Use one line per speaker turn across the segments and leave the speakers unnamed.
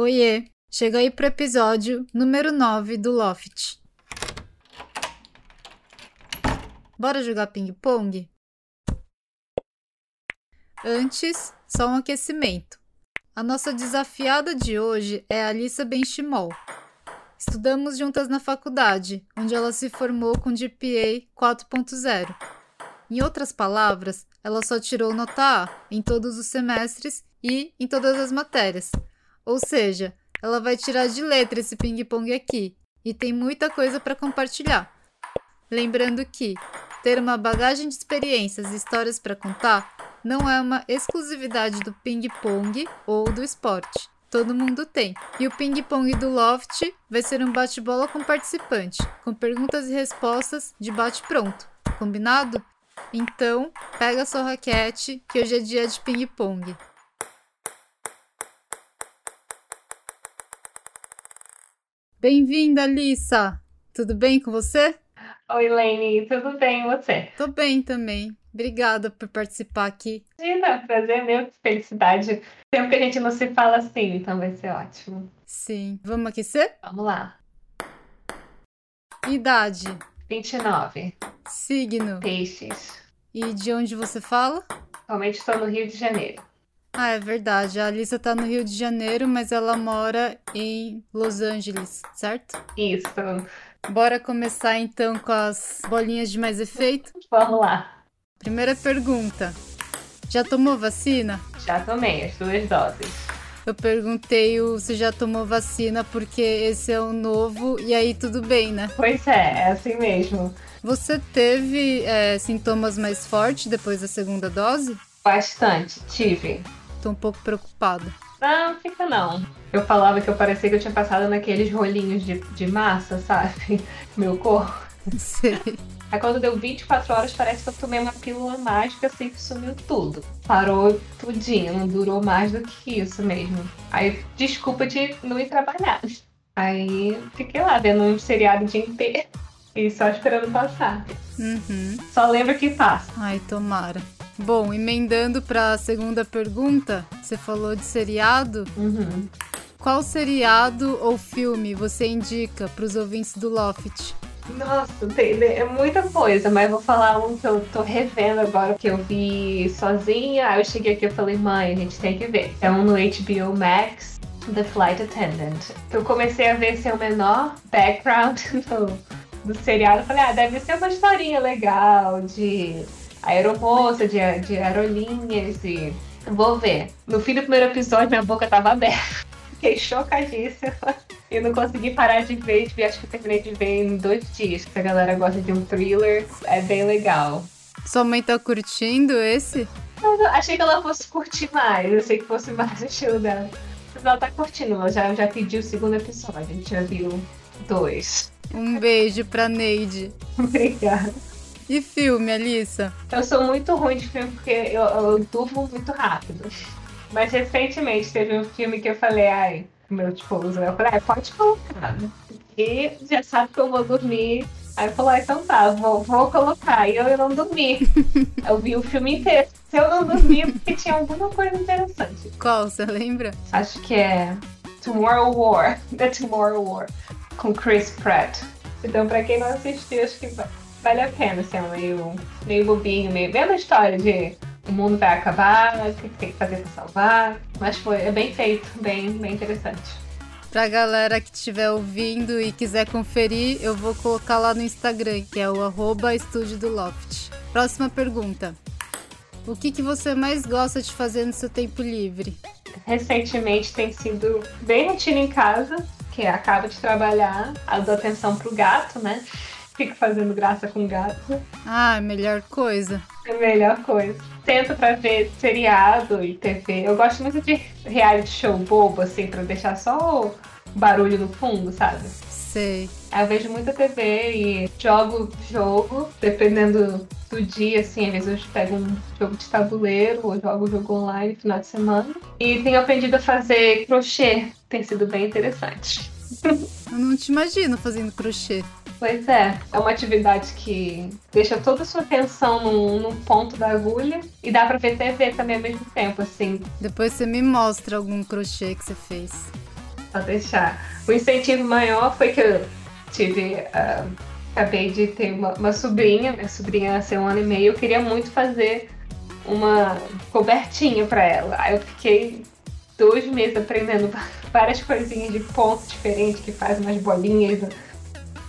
Oiê! Chega aí pro episódio número 9 do Loft. Bora jogar ping-pong? Antes, só um aquecimento. A nossa desafiada de hoje é a Alissa Benchimol. Estudamos juntas na faculdade, onde ela se formou com GPA 4.0. Em outras palavras, ela só tirou nota A em todos os semestres e em todas as matérias. Ou seja, ela vai tirar de letra esse ping-pong aqui e tem muita coisa para compartilhar. Lembrando que ter uma bagagem de experiências e histórias para contar não é uma exclusividade do ping-pong ou do esporte. Todo mundo tem. E o ping-pong do Loft vai ser um bate-bola com participante, com perguntas e respostas de bate-pronto. Combinado? Então, pega sua raquete, que hoje é dia de ping-pong. Bem-vinda, Alissa! Tudo bem com você?
Oi, Lene, tudo bem e você?
Tô bem também. Obrigada por participar aqui.
Imagina, prazer meu, que felicidade. Tempo que a gente não se fala assim, então vai ser ótimo.
Sim. Vamos aquecer?
Vamos lá.
Idade,
29,
signo
peixes.
e de onde você fala?
Atualmente estou no Rio de Janeiro.
Ah, é verdade. A Alissa tá no Rio de Janeiro, mas ela mora em Los Angeles, certo?
Isso,
Bora começar então com as bolinhas de mais efeito?
vamos lá.
Primeira pergunta. Já tomou vacina?
Já tomei as duas doses.
Eu perguntei o se já tomou vacina porque esse é o novo e aí tudo bem, né?
Pois é, é assim mesmo.
Você teve é, sintomas mais fortes depois da segunda dose?
Bastante, tive.
Tô um pouco preocupada.
Não, fica não. Eu falava que eu parecia que eu tinha passado naqueles rolinhos de, de massa, sabe? Meu corpo.
Sei.
Aí quando deu 24 horas, parece que eu tomei uma pílula mágica assim que sumiu tudo. Parou tudinho, não durou mais do que isso mesmo. Aí, desculpa de não ir trabalhar. Aí fiquei lá vendo um seriado o dia inteiro e só esperando passar.
Uhum.
Só lembro que passa.
Ai, tomara. Bom, emendando pra segunda pergunta, você falou de seriado.
Uhum.
Qual seriado ou filme você indica pros ouvintes do Loft?
Nossa, tem, é muita coisa, mas vou falar um que eu tô revendo agora, que eu vi sozinha. Aí eu cheguei aqui e falei, mãe, a gente tem que ver. É um no HBO Max, The Flight Attendant. Eu comecei a ver seu menor background do, do seriado. Eu Falei, ah, deve ser uma historinha legal de aeromoça, de, de aerolinhas e. Vou ver. No fim do primeiro episódio, minha boca tava aberta. Fiquei chocadíssima. E não consegui parar de ver, de ver, acho que eu terminei de ver em dois dias. Se a galera gosta de um thriller, é bem legal.
Sua mãe tá curtindo esse?
Mas eu achei que ela fosse curtir mais, eu sei que fosse mais o estilo dela. Mas ela tá curtindo, ela já, já pediu o segundo episódio, a gente já viu dois.
Um beijo pra Neide.
Obrigada.
E filme, Alissa?
Eu sou muito ruim de filme porque eu, eu durmo muito rápido. Mas recentemente teve um filme que eu falei, ai, meu esposo, né? Eu falei, ai, pode colocar. né?" E já sabe que eu vou dormir. Aí ele falou, ah, então tá, vou, vou colocar. E eu, eu não dormi. eu vi o filme inteiro. Se eu não dormi, é porque tinha alguma coisa interessante.
Qual, você lembra?
Acho que é Tomorrow War, The Tomorrow War, com Chris Pratt. Então, pra quem não assistiu, acho que va- vale a pena, assim, é meio, meio bobinho, meio. Mesma história de o mundo vai acabar, o que tem que fazer pra salvar. Mas foi, é bem feito, bem, bem interessante.
Pra galera que estiver ouvindo e quiser conferir, eu vou colocar lá no Instagram, que é o arroba estúdio do Loft. Próxima pergunta. O que, que você mais gosta de fazer no seu tempo livre?
recentemente tem sido bem rotina em casa, que acaba de trabalhar, eu dou atenção pro gato, né? Fico fazendo graça com o gato,
Ah, melhor coisa.
é a melhor coisa. Tento pra ver seriado e TV. Eu gosto muito de reality show bobo, assim, pra deixar só o barulho no fundo, sabe?
Sei.
Aí Eu vejo muita TV e jogo jogo, dependendo do dia, assim, às vezes eu pego um jogo de tabuleiro ou jogo jogo online no final de semana. E tenho aprendido a fazer crochê, tem sido bem interessante.
Eu não te imagino fazendo crochê.
Pois é, é uma atividade que deixa toda a sua atenção num, num ponto da agulha e dá pra ver TV também ao mesmo tempo, assim.
Depois você me mostra algum crochê que você fez.
Pode deixar. O incentivo maior foi que eu tive. ah, acabei de ter uma, uma sobrinha. Minha sobrinha nasceu um ano e meio. Eu queria muito fazer uma cobertinha pra ela. Aí eu fiquei dois meses aprendendo várias coisinhas de ponto diferente que faz umas bolinhas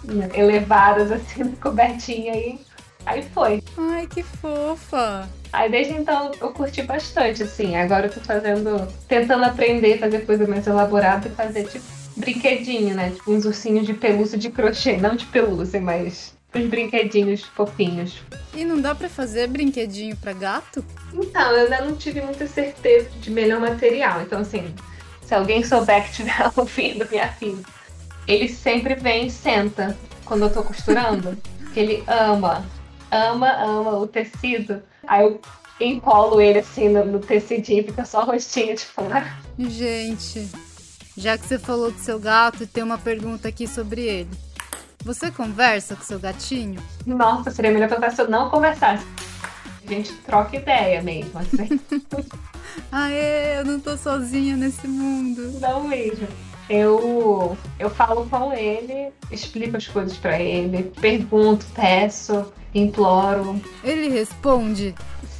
né, elevadas assim na cobertinha aí. Aí foi.
Ai, que fofa.
Aí desde então eu curti bastante, assim. Agora eu tô fazendo. tentando aprender a fazer coisa mais elaborada e fazer tipo brinquedinho, né? Tipo uns ursinhos de pelúcia de crochê. Não de pelúcia, mas uns brinquedinhos fofinhos.
E não dá pra fazer brinquedinho pra gato?
Então, eu ainda não tive muita certeza de melhor material. Então, assim, se alguém souber que estiver ouvindo minha filha, ele sempre vem e senta quando eu tô costurando. que ele ama, ama, ama o tecido. Aí eu encolo ele assim no, no tecidinho e fica só o rostinho tipo, de fora.
Gente, já que você falou do seu gato, tem uma pergunta aqui sobre ele. Você conversa com seu gatinho?
Nossa, seria melhor perguntar se eu não conversasse. A gente troca ideia mesmo, assim.
Aê, eu não tô sozinha nesse mundo.
não mesmo. Eu, eu falo com ele, explico as coisas pra ele, pergunto, peço, imploro.
Ele responde.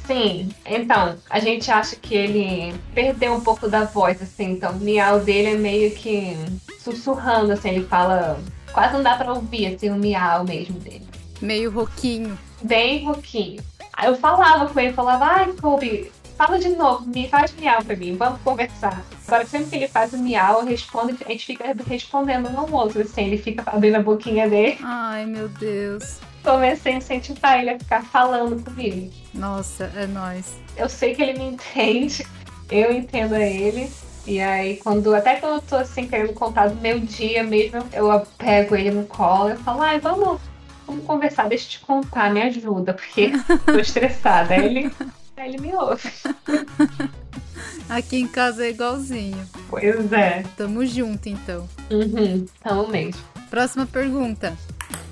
Sim, então, a gente acha que ele perdeu um pouco da voz, assim, então o miau dele é meio que sussurrando, assim, ele fala. Quase não dá pra ouvir, assim, o miau mesmo dele.
Meio roquinho.
Bem pouquinho. Aí eu falava com ele, falava, ai, Kobe, fala de novo, me faz miau pra mim, vamos conversar. Agora, sempre que ele faz o miau, eu respondo, a gente fica respondendo um ao outro, assim, ele fica abrindo a boquinha dele.
Ai, meu Deus.
Comecei a incentivar ele a ficar falando comigo.
Nossa, é nóis.
eu sei que ele me entende, eu entendo ele. E aí, quando até quando eu tô assim, querendo contar do meu dia mesmo, eu pego ele no colo e falo, ai, vamos, vamos conversar, deixa eu te contar, me ajuda, porque tô estressada. Aí ele, aí ele me ouve.
Aqui em casa é igualzinho.
Pois é.
Tamo junto, então.
Uhum, então mesmo.
Próxima pergunta.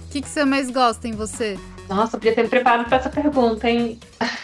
O que, que você mais gosta em você?
Nossa, eu podia ter me preparado para essa pergunta, hein?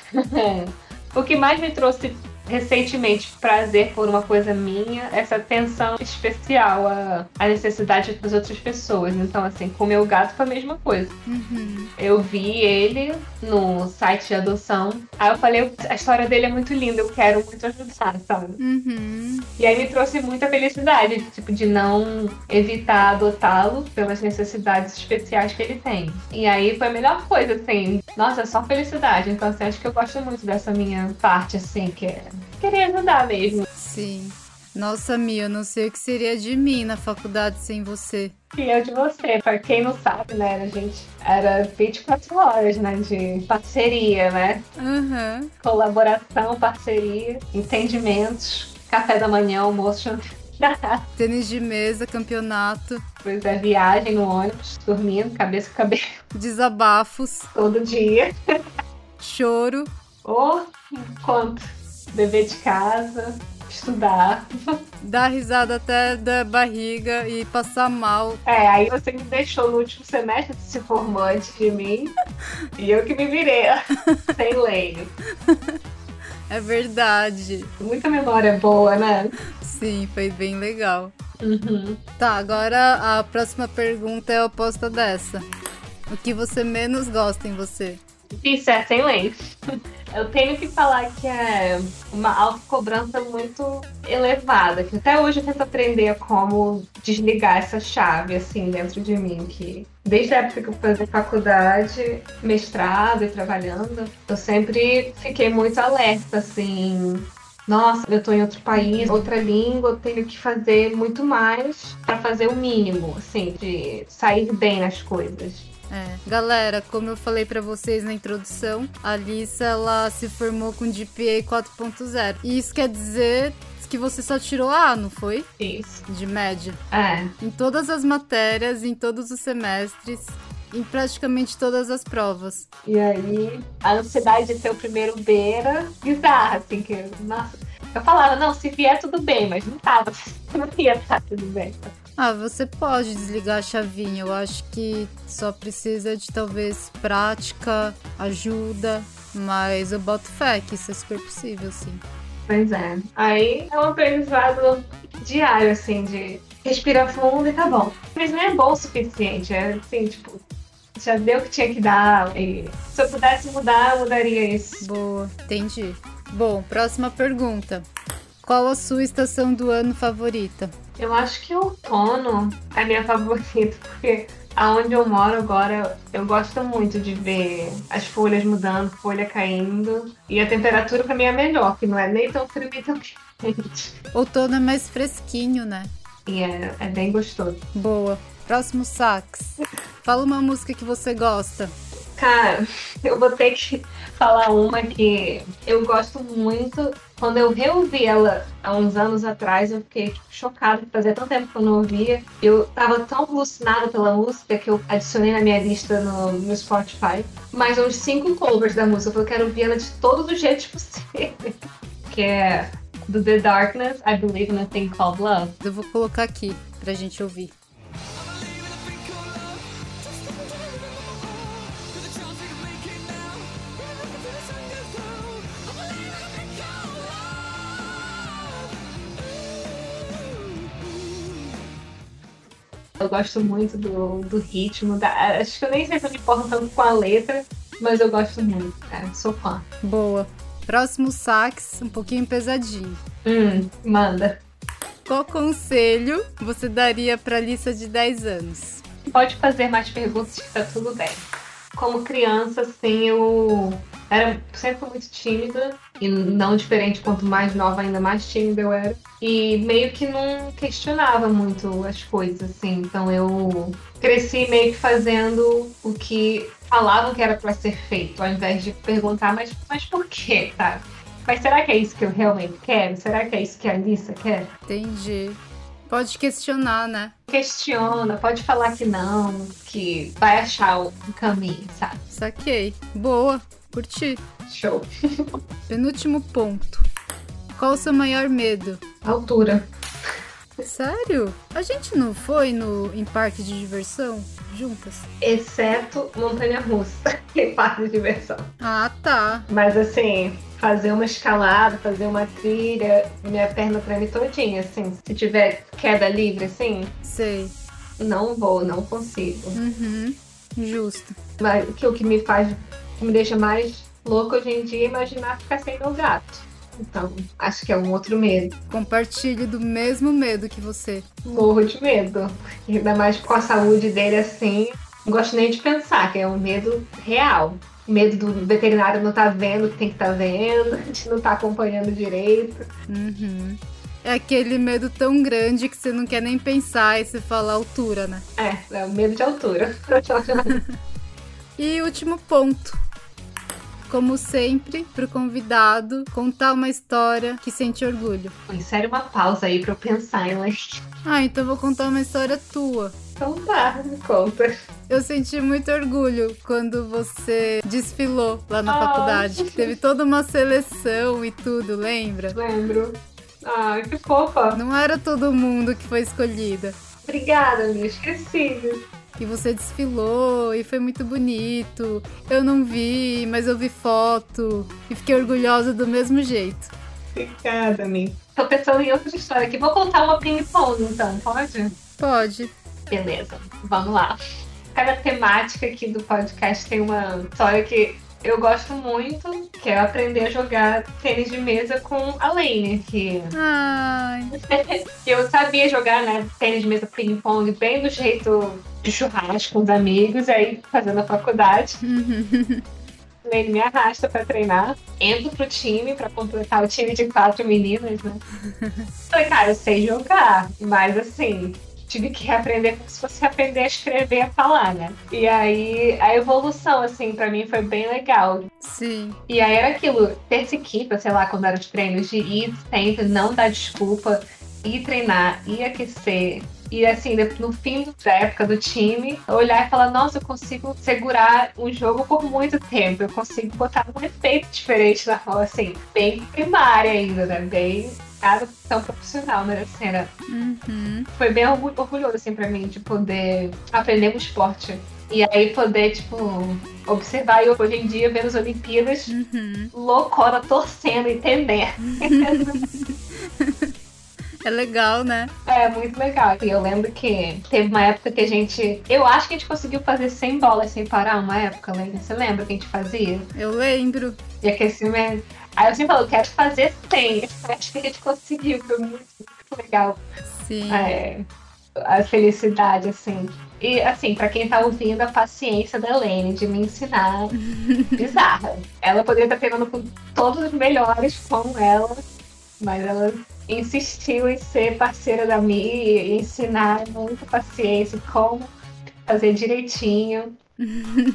o que mais me trouxe recentemente prazer por uma coisa minha, é essa atenção especial à, à necessidade das outras pessoas. Então, assim, com o meu gato foi a mesma coisa.
Uhum.
Eu vi ele no site de adoção. Aí eu falei, a história dele é muito linda, eu quero muito ajudar, sabe?
Uhum.
E aí me trouxe muita felicidade, tipo, de não evitar adotá-lo pelas necessidades especiais que ele tem. E aí foi a melhor coisa, assim. Nossa, só felicidade. Então, assim, acho que eu gosto muito dessa minha parte, assim, que é querer ajudar mesmo.
Sim. Nossa, Mia, eu não sei o que seria de mim na faculdade sem você.
E eu de você, pra quem não sabe, né, a gente era 24 horas, né, de parceria, né?
Aham.
Colaboração, parceria, entendimentos, café da manhã, almoço,
Tênis de mesa, campeonato,
depois da é, viagem no ônibus, dormindo, cabeça com cabeça
desabafos,
todo dia.
choro.
Ou quanto? Dever de casa, estudar.
Dar risada até da barriga e passar mal.
É, aí você me deixou no último semestre se formou antes de mim. e eu que me virei, sem lei.
É verdade.
Muita memória boa, né?
Sim, foi bem legal.
Uhum.
Tá, agora a próxima pergunta é a oposta dessa. O que você menos gosta em você?
Isso é sem lei. Eu tenho que falar que é uma autocobrança muito elevada, que até hoje eu tento aprender como desligar essa chave, assim, dentro de mim, que desde a época que eu fazia faculdade, mestrado e trabalhando, eu sempre fiquei muito alerta, assim, nossa, eu tô em outro país, outra língua, eu tenho que fazer muito mais pra fazer o mínimo, assim, de sair bem nas coisas.
É. Galera, como eu falei pra vocês na introdução, a Alissa ela se formou com GPA 4.0. E isso quer dizer que você só tirou A, não foi?
Isso.
De média.
É.
Em todas as matérias, em todos os semestres, em praticamente todas as provas.
E aí, a ansiedade de ser o primeiro B era bizarra, assim, que, nossa. Eu falava, não, se vier tudo bem, mas não tava, não ia estar tudo bem.
Ah, você pode desligar a chavinha. Eu acho que só precisa de talvez prática, ajuda, mas eu boto fé que isso é super possível, sim.
Pois é. Aí é um aprendizado diário, assim, de respirar fundo e tá bom. Mas não é bom o suficiente, é assim, tipo, já deu o que tinha que dar. E se eu pudesse mudar, eu mudaria isso.
Boa, entendi. Bom, próxima pergunta. Qual a sua estação do ano favorita?
Eu acho que o outono é a minha favorita, porque aonde eu moro agora, eu gosto muito de ver as folhas mudando, folha caindo. E a temperatura pra mim é melhor, que não é nem tão frio nem tão quente.
Outono é mais fresquinho, né?
E é, é bem gostoso.
Boa. Próximo sax. Fala uma música que você gosta.
Cara, eu vou ter que falar uma que eu gosto muito. Quando eu reouvi ela há uns anos atrás, eu fiquei tipo, chocada, porque fazia tanto tempo que eu não ouvia. Eu tava tão alucinada pela música que eu adicionei na minha lista no, no Spotify. Mais uns cinco covers da música, porque eu quero ouvir ela de todos os jeitos possíveis. que é do The Darkness, I Believe in a Thing Called Love.
Eu vou colocar aqui pra gente ouvir.
Eu gosto muito do, do ritmo, da, acho que eu nem sei se eu me importo tanto com a letra, mas eu gosto muito, cara, sou fã.
Boa. Próximo sax, um pouquinho pesadinho.
Hum, manda.
Qual conselho você daria para Lisa de 10 anos?
Pode fazer mais perguntas que tá tudo bem. Como criança, assim, eu era sempre muito tímida e não diferente quanto mais nova ainda mais tímida eu era e meio que não questionava muito as coisas assim então eu cresci meio que fazendo o que falavam que era para ser feito ao invés de perguntar mas mas por quê tá mas será que é isso que eu realmente quero será que é isso que a Alissa quer
Entendi. Pode questionar, né?
questiona pode falar que não que vai achar o caminho sabe
Saquei. Boa. Curti.
show
Penúltimo ponto. Qual o seu maior medo?
altura
Sério? A gente não foi no em parque de diversão juntas?
exceto montanha russa e parque de diversão
Ah, tá.
Mas assim, fazer uma escalada, fazer uma trilha, minha perna treme todinha, assim. Se tiver queda livre, assim,
Sei.
não vou, não consigo.
Uhum. Justo.
Mas o que, o que me faz, o que me deixa mais louca hoje em dia é imaginar ficar sem meu gato. Então, acho que é um outro medo.
Compartilho do mesmo medo que você.
Morro de medo. Ainda mais com a saúde dele assim. Não gosto nem de pensar, que é um medo real. Medo do veterinário não tá vendo o que tem que tá vendo, de não tá acompanhando direito.
Uhum. É aquele medo tão grande que você não quer nem pensar e você fala altura, né?
É, é o medo de altura.
E último ponto. Como sempre, pro convidado contar uma história que sente orgulho.
Insere uma pausa aí pra eu pensar, hein, Lex?
Ah, então eu vou contar uma história tua.
Então tá, me conta.
Eu senti muito orgulho quando você desfilou lá na
Ah.
faculdade. Teve toda uma seleção e tudo, lembra?
Lembro. Ah, que fofa.
Não era todo mundo que foi escolhida.
Obrigada, me esqueci.
E você desfilou e foi muito bonito. Eu não vi, mas eu vi foto e fiquei orgulhosa do mesmo jeito.
Obrigada, Mi. Tô pensando em outra história aqui. Vou contar uma ping-pong, então, pode?
Pode.
Beleza, vamos lá. Cada temática aqui do podcast tem uma história que eu gosto muito, que é aprender a jogar tênis de mesa com a Lane, que
Ai,
Eu sabia jogar, né, tênis de mesa ping-pong bem do jeito de churrasco com os amigos, aí fazendo a faculdade. Ele me arrasta pra treinar. Entro pro time pra completar o time de quatro meninas, né? Falei, cara, eu sei jogar, mas assim, tive que reaprender como se fosse aprender a escrever e a falar, né? E aí a evolução, assim, pra mim foi bem legal.
sim.
E aí era aquilo, ter se equipa, sei lá, quando eram os treinos, de ir sempre, não dar desculpa, ir treinar, ir aquecer. E assim, de- no fim da época do time, olhar e falar, nossa, eu consigo segurar um jogo por muito tempo, eu consigo botar um efeito diferente na rola, assim, bem primária ainda, né? Bem nada tão profissional, mas assim, era
Uhum.
foi bem orgu- orgulhoso, assim, pra mim, de poder aprender um esporte E aí poder, tipo, observar. E hoje em dia, vendo as Olimpíadas,
Uhum.
loucona, torcendo, entendendo.
É legal, né?
É muito legal. E eu lembro que teve uma época que a gente. Eu acho que a gente conseguiu fazer 100 bolas sem parar uma época, lembra? Você lembra que a gente fazia?
Eu lembro.
De aquecimento. Aí eu sempre falo, eu quero fazer 100. Acho que a gente conseguiu, foi muito, muito legal.
Sim.
É, a felicidade, assim. E, assim, pra quem tá ouvindo, a paciência da Lene de me ensinar bizarra. Ela poderia estar pegando com todos os melhores com ela, mas ela insistiu em ser parceira da Mi e ensinar muita paciência como fazer direitinho.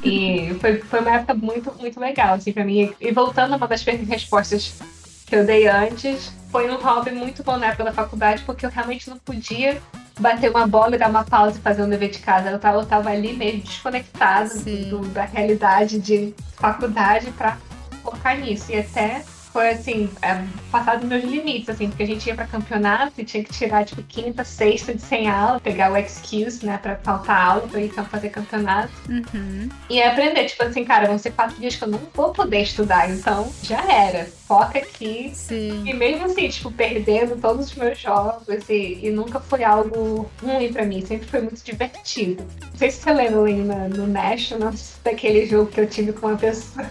e foi, foi uma época muito, muito legal, assim, pra mim. E voltando a uma das respostas que eu dei antes, foi um hobby muito bom na época da faculdade, porque eu realmente não podia bater uma bola e dar uma pausa e fazer um dever de casa. Eu tava, eu tava ali meio desconectada
Sim.
do- da realidade de faculdade pra focar nisso. E até foi assim, é, passar dos meus limites, assim, porque a gente ia pra campeonato e tinha que tirar, tipo, quinta, sexta de sem aula, pegar o excuse, né, pra faltar aula, pra ir então fazer campeonato.
Uhum.
E é aprender, tipo assim, cara, vão ser quatro dias que eu não vou poder estudar, então já era. Foca aqui,
Sim.
e mesmo assim, tipo, perdendo todos os meus jogos assim, e, e nunca foi algo ruim pra mim, sempre foi muito divertido. Não sei se você lembra ali no, no National, daquele jogo que eu tive com uma pessoa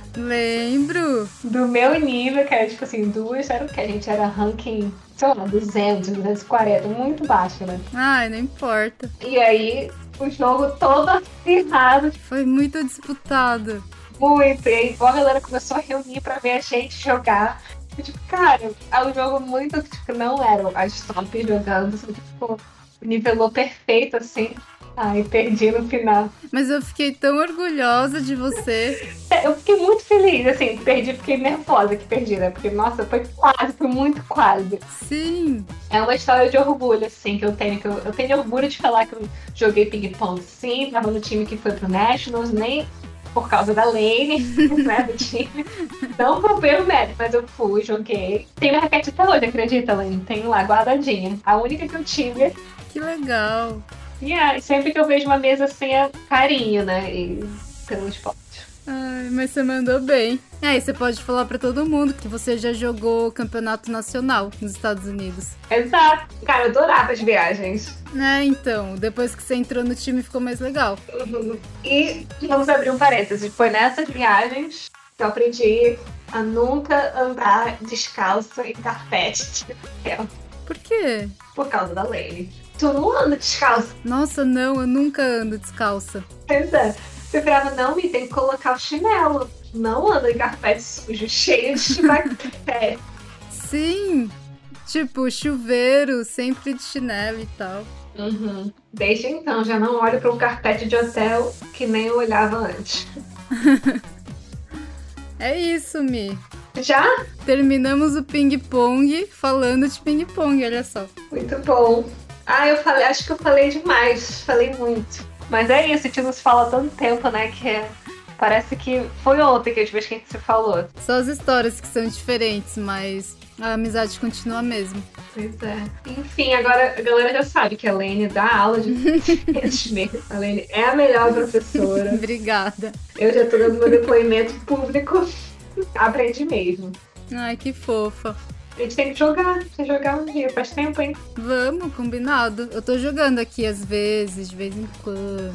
Lembro.
do meu nível, que era tipo assim, duas, era o que? A gente era ranking, sei lá, 200, 240, muito baixo, né?
Ai, não importa.
E aí, o jogo todo acirrado,
Foi muito disputado.
muito. E aí, igual a galera começou a reunir pra ver a gente jogar. Eu, tipo, cara, é um jogo muito. Tipo, não era a stop jogando, só que, tipo, nivelou perfeito assim. Aí perdi no final.
Mas eu fiquei tão orgulhosa de você.
É, Eu fiquei muito feliz, assim, perdi, fiquei nervosa que perdi, né? Porque, nossa, foi quase, foi muito quase.
Sim.
É uma história de orgulho, assim, que eu tenho. Que eu, eu tenho orgulho de falar que eu joguei ping-pong sim, tava no time que foi pro Nationals, nem por causa da Lane, né, do time. Não comprei o mérito, mas eu fui, joguei. Tem minha raquete até hoje, acredita, Lane? Tenho lá, guardadinha. A única que eu tive.
Que legal.
E é, sempre que eu vejo uma mesa assim, é carinho, né? E pelo esporte.
Ai, mas você mandou bem. Aí você pode falar pra todo mundo que você já jogou o campeonato nacional nos Estados Unidos.
Exato. Cara, eu adorava as viagens.
É, então, depois que você entrou no time ficou mais legal.
E vamos abrir um parênteses. Foi nessas viagens que eu aprendi a nunca andar descalça em carpete de hotel,
Por quê?
por causa da lei. Tu não anda descalça,
Nossa, não, eu nunca ando descalça.
pensa. é. Você virava, não, me tem que colocar o chinelo. Não anda em carpete sujo, cheio de bactéria.
Sim! Tipo, chuveiro, sempre de chinelo e tal.
Uhum. Desde então, já não olho para um carpete de hotel que nem eu olhava antes.
É isso, Mi.
Já?
Terminamos o ping-pong falando de ping-pong, olha só.
Muito bom. Ah, eu falei, acho que eu falei demais, falei muito. Mas é isso, a gente não se fala há tanto tempo, né? Que é- parece que foi ontem que a última vez que a gente se falou.
Só as histórias que são diferentes, mas a amizade continua a mesma.
Pois é. Enfim, agora a galera já sabe que a Lene dá aula de mesmo. A Lene é a melhor professora.
Obrigada.
Eu já tô dando meu depoimento público. Aprende mesmo.
Ai, que fofa.
A gente tem que jogar, tem que jogar um dia. Faz tempo, hein?
Vamos, combinado. Eu tô jogando aqui às vezes, de vez em quando.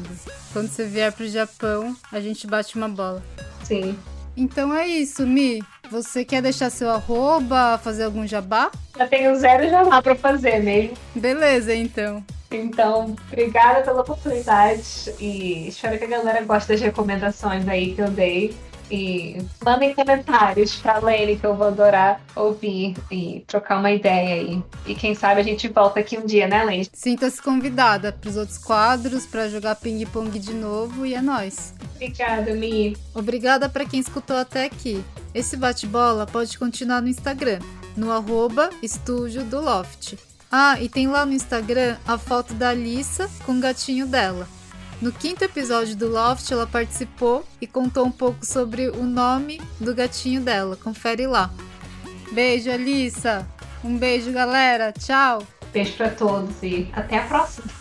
Quando você vier pro Japão, a gente bate uma bola.
Sim.
Então é isso, Mi. Você quer deixar seu arroba, fazer algum jabá?
Já tenho zero jabá pra fazer mesmo.
Beleza, então.
Então, obrigada pela oportunidade e espero que a galera goste das recomendações aí que eu dei. E mandem comentários pra Lene que eu vou adorar ouvir e trocar uma ideia aí. E quem sabe a gente volta aqui um dia, né, Lene?
Sinta-se convidada pros outros quadros, pra jogar ping-pong de novo e é nóis.
Obrigada, Mi.
Obrigada para quem escutou até aqui. Esse bate-bola pode continuar no Instagram, no arroba estúdio do Loft. Ah, e tem lá no Instagram a foto da Alissa com o gatinho dela. No quinto episódio do Loft, ela participou e contou um pouco sobre o nome do gatinho dela. Confere lá. Beijo, Alissa! Um beijo, galera! Tchau!
Beijo pra todos e até a próxima.